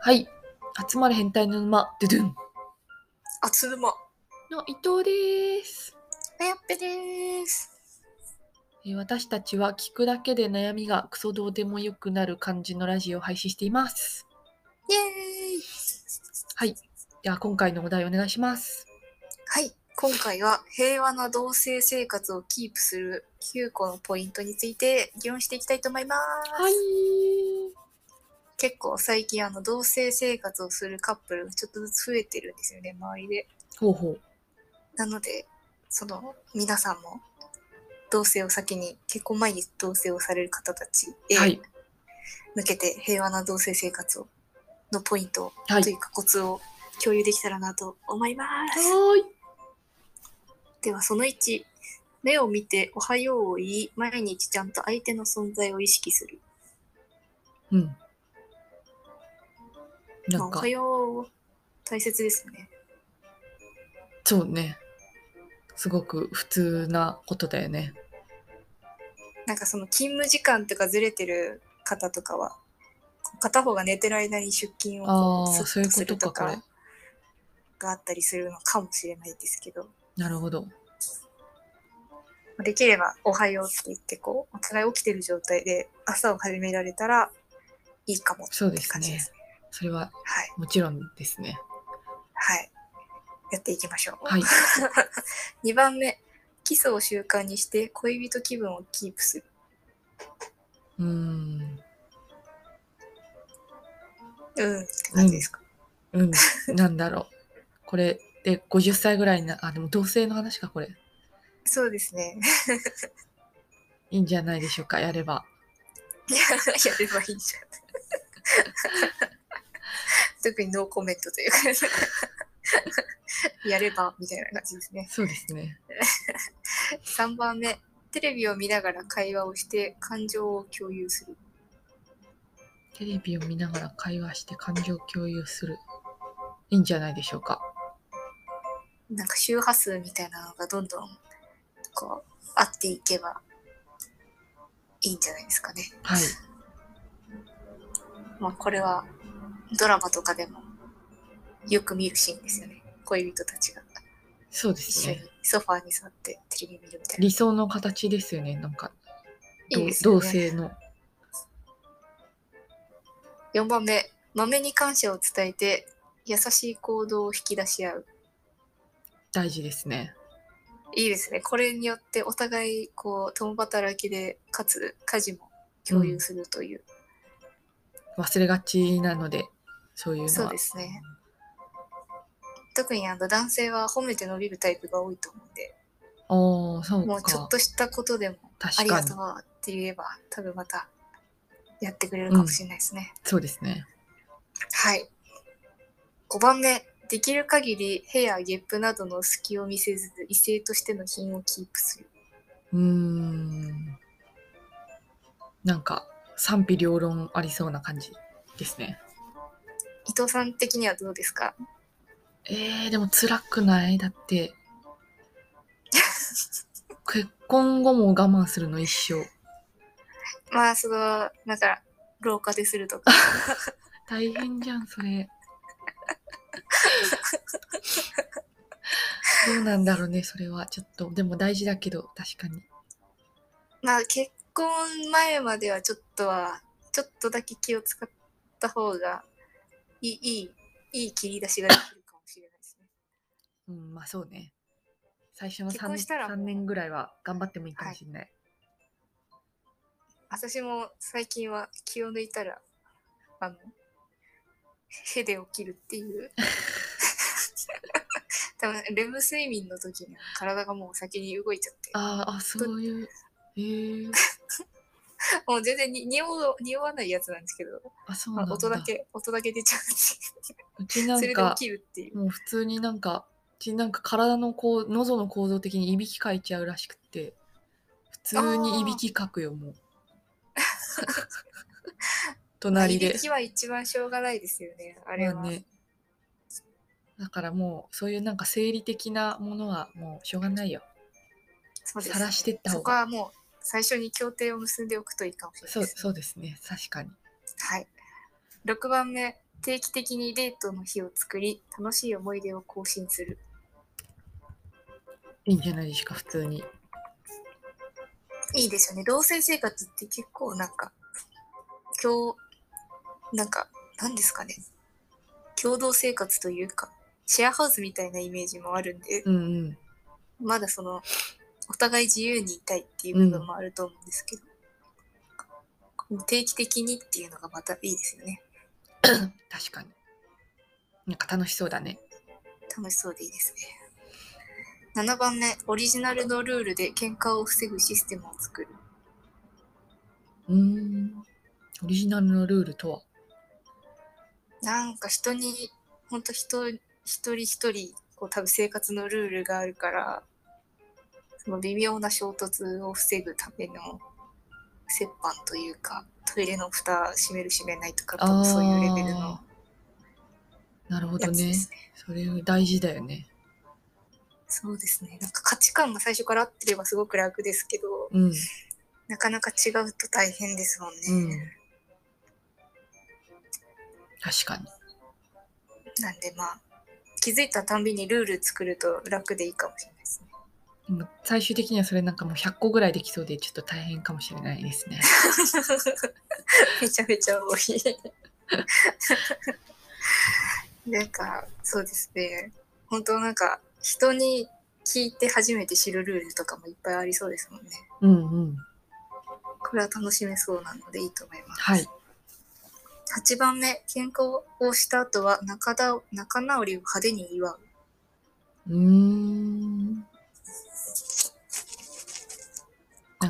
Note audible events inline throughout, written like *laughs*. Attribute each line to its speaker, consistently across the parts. Speaker 1: はい。集まれ変態の沼、ドゥドゥン。
Speaker 2: あつぬま。
Speaker 1: の伊藤です。
Speaker 2: あやっぺです。
Speaker 1: えー私たちは聞くだけで悩みがクソどうでもよくなる感じのラジオを配信しています。
Speaker 2: イエーイ。
Speaker 1: では、今回のお題お願いします。
Speaker 2: はい。今回は平和な同性生活をキープする9個のポイントについて議論していきたいと思います。
Speaker 1: はい。
Speaker 2: 結構最近あの同性生活をするカップルがちょっとずつ増えてるんですよね、周りで。
Speaker 1: ほうほう。
Speaker 2: なので、その皆さんも同性を先に、結婚前に同性をされる方たちへ
Speaker 1: はい。
Speaker 2: 向けて平和な同性生活をのポイントを
Speaker 1: はい
Speaker 2: とい。うかコツを共有できたらなと思います。
Speaker 1: はーい。
Speaker 2: ではその1目を見ておはようを言い毎日ちゃんと相手の存在を意識する。
Speaker 1: うん。な
Speaker 2: まあ
Speaker 1: ん
Speaker 2: お
Speaker 1: か
Speaker 2: は、よう大切ですね。
Speaker 1: そうね。すごく普通なことだよね。
Speaker 2: なんかその勤務時間とかずれてる方とかは片方が寝てる間に出勤を
Speaker 1: あ
Speaker 2: こう
Speaker 1: あ、
Speaker 2: ス
Speaker 1: そう
Speaker 2: ッ
Speaker 1: いう
Speaker 2: と
Speaker 1: こ
Speaker 2: す
Speaker 1: と
Speaker 2: る
Speaker 1: か、こ
Speaker 2: と
Speaker 1: れ
Speaker 2: か。があったりするのかもしれないですけど
Speaker 1: なるほど。
Speaker 2: できれば「おはよう」って言ってこうお互い起きてる状態で朝を始められたらいいかも
Speaker 1: そうで
Speaker 2: って
Speaker 1: す
Speaker 2: 感じで
Speaker 1: ね
Speaker 2: す。。
Speaker 1: それは
Speaker 2: はい
Speaker 1: もちろんですね。
Speaker 2: はい。やっていきましょう。 *laughs*
Speaker 1: はい。
Speaker 2: 2番目、キスを習慣にして恋人気分をキープする。
Speaker 1: うーん。
Speaker 2: うんって感じですか。
Speaker 1: うん。なんだろう。これで50歳ぐらいな、あ、でも同性の話か、これ。
Speaker 2: そうですね。
Speaker 1: いいんじゃないでしょうか、やれば。
Speaker 2: *laughs* いややればいいじゃん。 *laughs* 特にノーコメントという *laughs* か、やればみたいな感じですね。
Speaker 1: そうですね。
Speaker 2: 3番目、テレビを見ながら会話をして感情を共有する。
Speaker 1: テレビを見ながら会話して感情を共有する。いいんじゃないでしょうか。
Speaker 2: なんか周波数みたいなのがどんどんこう合っていけばいいんじゃないですかね。
Speaker 1: はい。
Speaker 2: まあこれはドラマとかでもよく見るシーンですよね。恋人たちが
Speaker 1: そうで
Speaker 2: 一
Speaker 1: す
Speaker 2: 緒に
Speaker 1: ね。
Speaker 2: ソファーに座ってテレビ見るみたいな。
Speaker 1: 理想の形ですよね、なんか。
Speaker 2: いいです
Speaker 1: 同
Speaker 2: よ
Speaker 1: 同
Speaker 2: ね。
Speaker 1: 性の。
Speaker 2: 4番目、豆に感謝を伝えて優しい行動を引き出し合う。
Speaker 1: 大事ですね。
Speaker 2: いいですね。これによってお互いこう共働きでかつ家事も共有するという。
Speaker 1: 忘れがちなので、そういうのは。
Speaker 2: そうですね。特にあの男性は褒めて伸びるタイプが多いと思うんで、
Speaker 1: ああ、そうか。
Speaker 2: もうちょっとしたことでもあ
Speaker 1: 確
Speaker 2: り
Speaker 1: か
Speaker 2: が
Speaker 1: に
Speaker 2: と。うって言えば、多分またやってくれるかもしれないですね。
Speaker 1: そうですね。
Speaker 2: はい。5番目、できる限りヘやゲップなどの隙を見せず、異性としての品をキープする。
Speaker 1: うーん。なんか、賛否両論ありそうな感じですね。
Speaker 2: 伊藤さん的にはどうですか
Speaker 1: えー、でも辛くないだって、結婚後も我慢するの一生。
Speaker 2: まあ、その、なんか、廊下でするとか、 *laughs*
Speaker 1: 大変じゃん、それ。どうなんだろうね、それは。ちょっと、でも大事だけど、確かに。
Speaker 2: まあ、結婚前まではちょっとは、ちょっとだけ気を使った方がいい、いい、いい切り出しができるかもしれないですね。
Speaker 1: うん、まあそうね。最初の
Speaker 2: 結
Speaker 1: 3,
Speaker 2: 婚したらもう
Speaker 1: 三年ぐらいは頑張ってもいいかもしれない。
Speaker 2: 私も最近は気を抜いたら、あの、へで起きるっ
Speaker 1: *laughs*
Speaker 2: ていう。多分レム睡眠の時には体がもう先に動いちゃって、
Speaker 1: あーあ、そういう。えー、
Speaker 2: もう全然に匂う匂わないやつなんですけど、
Speaker 1: あ、そう
Speaker 2: ま
Speaker 1: な
Speaker 2: あ
Speaker 1: んだ。
Speaker 2: 音だけ、音だけ出ちゃうんです
Speaker 1: うち
Speaker 2: けど
Speaker 1: な
Speaker 2: それ
Speaker 1: ん
Speaker 2: で
Speaker 1: か
Speaker 2: 起、きるっていう。
Speaker 1: もう普通になんか、うちなんか体のこう、喉の構造的にいびきかいちゃうらしくって、普通にいびきかくよ、
Speaker 2: *laughs*
Speaker 1: もう。隣
Speaker 2: い
Speaker 1: で
Speaker 2: び。きは一番しょうがないですよね、あれは。
Speaker 1: まあね。だからもう、そういうなんか生理的なものはもうしょうがないよ。
Speaker 2: そうです、
Speaker 1: 晒してった方が
Speaker 2: そこはもう最初に協定を結んでおくといいかもしれない
Speaker 1: そう
Speaker 2: ですね、
Speaker 1: そうですね、確かに。
Speaker 2: はい。6番目、定期的にデートの日を作り、楽しい思い出を更新する。
Speaker 1: いいんじゃないですか、普通に。
Speaker 2: いいですよね。同棲生活って結構なんか、今日、なんか、何ですかね。共同生活というか、シェアハウスみたいなイメージもあるんで、
Speaker 1: うんうん。
Speaker 2: まだその、お互い自由にいたいっていう部分もあると思うんですけど、定期的にっていうのがまたいいですよね。
Speaker 1: 確かに。なんか楽しそうだね。
Speaker 2: 楽しそうでいいですね。7番目、オリジナルのルールで喧嘩を防ぐシステムを作る。
Speaker 1: うーん。オリジナルのルールとは。
Speaker 2: なんか人に、ほんと人、一人一人、こう多分生活のルールがあるから、その微妙な衝突を防ぐための折半というか、トイレの蓋閉める閉めないとか、多分そういうレベルの
Speaker 1: あー。なるほど
Speaker 2: やつ
Speaker 1: ね
Speaker 2: で。すね。
Speaker 1: それ大事だよね。
Speaker 2: そうですね。なんか価値観が最初から合ってればすごく楽ですけど、
Speaker 1: うん。
Speaker 2: なかなか違うと大変ですもんね。
Speaker 1: うん。確かに。
Speaker 2: なんでまあ気づいたたんびにルール作ると楽でいいかもしれないですね。
Speaker 1: でも最終的にはそれなんかもう100個ぐらいできそうでちょっと大変かもしれないです
Speaker 2: *laughs*
Speaker 1: ね。
Speaker 2: めちゃめちゃ多い。 *laughs* なんかそうですね。本当なんか人に聞いて初めて知るルールとかもいっぱいありそうですもんね。
Speaker 1: うんうん。
Speaker 2: これは楽しめそうなのでいいと思います。
Speaker 1: はい。
Speaker 2: 8番目、喧嘩をした後は仲だ仲直りを派手に祝う。
Speaker 1: うーん。なん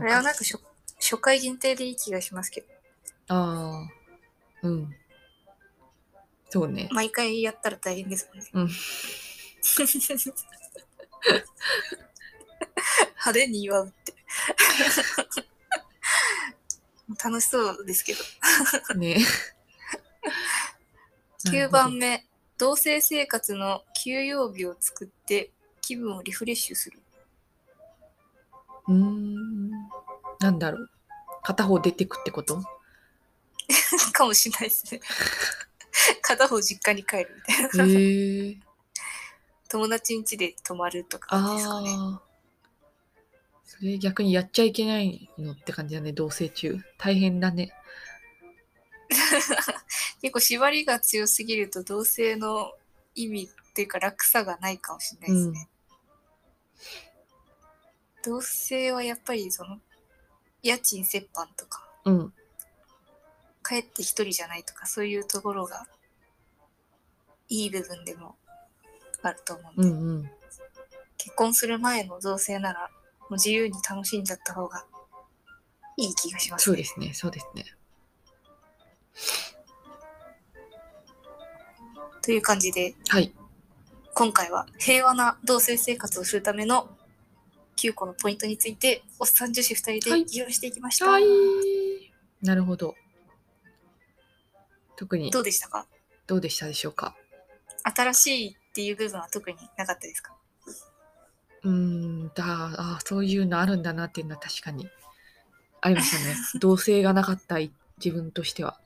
Speaker 2: これは
Speaker 1: か、
Speaker 2: なんか初初回限定でいい気がしますけど、
Speaker 1: ああ、うん。そう
Speaker 2: *laughs*
Speaker 1: ね。
Speaker 2: 毎回やったら大変ですもんね。
Speaker 1: うん
Speaker 2: *laughs* 派手に祝うって。 *laughs* 楽しそうですけど。
Speaker 1: ね。
Speaker 2: 9番目、同棲生活の休養日を作って気分をリフレッシュする。 *laughs*
Speaker 1: うーん。なんだろう。片方出てくって
Speaker 2: *laughs*
Speaker 1: こと
Speaker 2: かもしれないで
Speaker 1: *laughs*
Speaker 2: すね。片方実家に帰るみたいな。
Speaker 1: へえー。
Speaker 2: 友達ん家で泊まるとかですかね。
Speaker 1: ああ。それ逆にやっちゃいけないのって感じだね、同棲中。大変だね。
Speaker 2: 結構縛りが強すぎると同棲の意味っていうか楽さがないかもしれないですね。同棲はやっぱりその家賃折半とか
Speaker 1: うん。
Speaker 2: 帰って一人じゃないとかそういうところがいい部分でもあると思う
Speaker 1: う
Speaker 2: んで、
Speaker 1: んうん。
Speaker 2: 結婚する前の同棲ならもう自由に楽しんじゃった方がいい気がします、
Speaker 1: そ
Speaker 2: ね。
Speaker 1: うですね、そうですね。
Speaker 2: という感じで
Speaker 1: はい。
Speaker 2: 今回は平和な同棲生活をするための9個のポイントについておっさん女子2人
Speaker 1: は
Speaker 2: で
Speaker 1: い
Speaker 2: 議論していきました、
Speaker 1: はい。なるほど。特に
Speaker 2: どうでしたか
Speaker 1: どうでしたでしょうか。
Speaker 2: 新しいっていう部分は特になかったですか
Speaker 1: うーん、だあーそういうのあるんだなっていうのは確かにありましたね。
Speaker 2: *laughs*
Speaker 1: 同性がなかったい自分としては。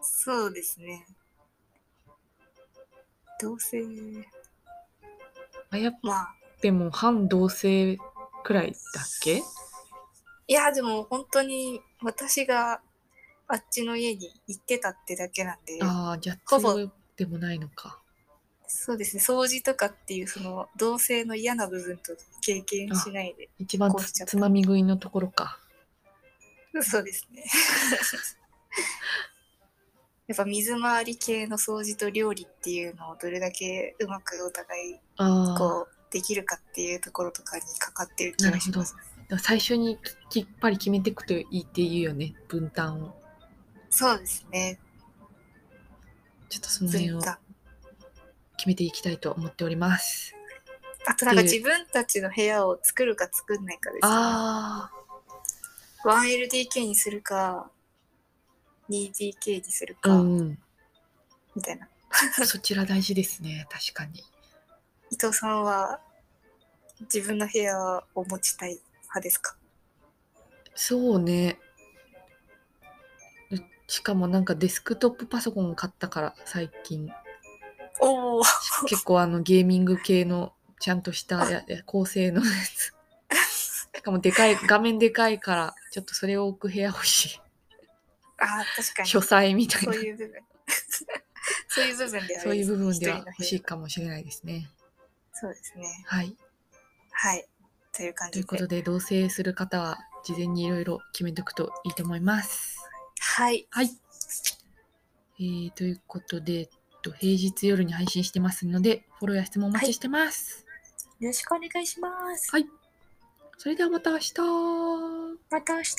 Speaker 2: そうですね同棲
Speaker 1: あやっ
Speaker 2: まあ
Speaker 1: てもう反同性くらいだっけ
Speaker 2: いやでも本当に私があっちの家に行ってたってだけなんで
Speaker 1: ああ、じゃあ
Speaker 2: ほぼ
Speaker 1: そうでもないのか。
Speaker 2: そうですね掃除とかっていうその同棲の嫌な部分と経験しないで
Speaker 1: 一番
Speaker 2: こうし
Speaker 1: つ
Speaker 2: ちゃった
Speaker 1: つまみ食いのところか。
Speaker 2: *laughs* そうですね。やっぱ水回り系の掃除と料理っていうのをどれだけうまくお互い
Speaker 1: ああ。
Speaker 2: こうできるかっていうところとかにかかってる気がします。
Speaker 1: だから最初にききっぱり決めていくといいって言うよね、分担を。
Speaker 2: そうですね。
Speaker 1: ちょっとその辺
Speaker 2: 分
Speaker 1: を
Speaker 2: 担。
Speaker 1: 決めていきたいと思っております。
Speaker 2: あとなんか
Speaker 1: ってい
Speaker 2: 自分たちの部屋を作るか作んないかですね。
Speaker 1: ああ、
Speaker 2: 1LDK にするか 2DK にするか、
Speaker 1: うん
Speaker 2: *laughs*
Speaker 1: うん、
Speaker 2: みたいな。
Speaker 1: そちら大事ですね、確かに。
Speaker 2: 伊藤さんは自分の部屋を持ちたい派ですか
Speaker 1: そうね。しかもなんかデスクトップパソコン買ったから最
Speaker 2: *laughs*
Speaker 1: 近
Speaker 2: おお、
Speaker 1: 結構あのゲーミング系のちゃんとしたやや高性能のや
Speaker 2: *laughs*
Speaker 1: つしかもでかい画面でかいからちょっとそれを置く部屋欲し
Speaker 2: あー確か
Speaker 1: い
Speaker 2: に。
Speaker 1: 書斎みたい
Speaker 2: そ
Speaker 1: な
Speaker 2: ういう部分。 *laughs* そういう部分では
Speaker 1: そういう部分では
Speaker 2: 一人の部
Speaker 1: 欲
Speaker 2: 屋
Speaker 1: しいかもしれないですね
Speaker 2: そうですね。
Speaker 1: はい
Speaker 2: はい。という感
Speaker 1: とい
Speaker 2: じ
Speaker 1: うこ
Speaker 2: で。
Speaker 1: とで同棲する方は事前にいろいろ決めておくといいと思います
Speaker 2: はい。
Speaker 1: はい。えー、ということで、えっと、平日夜に配信してますので、フォローや質問お待ちしてます。
Speaker 2: よろしくお願いします。
Speaker 1: はい。それではまた明日。
Speaker 2: また明日。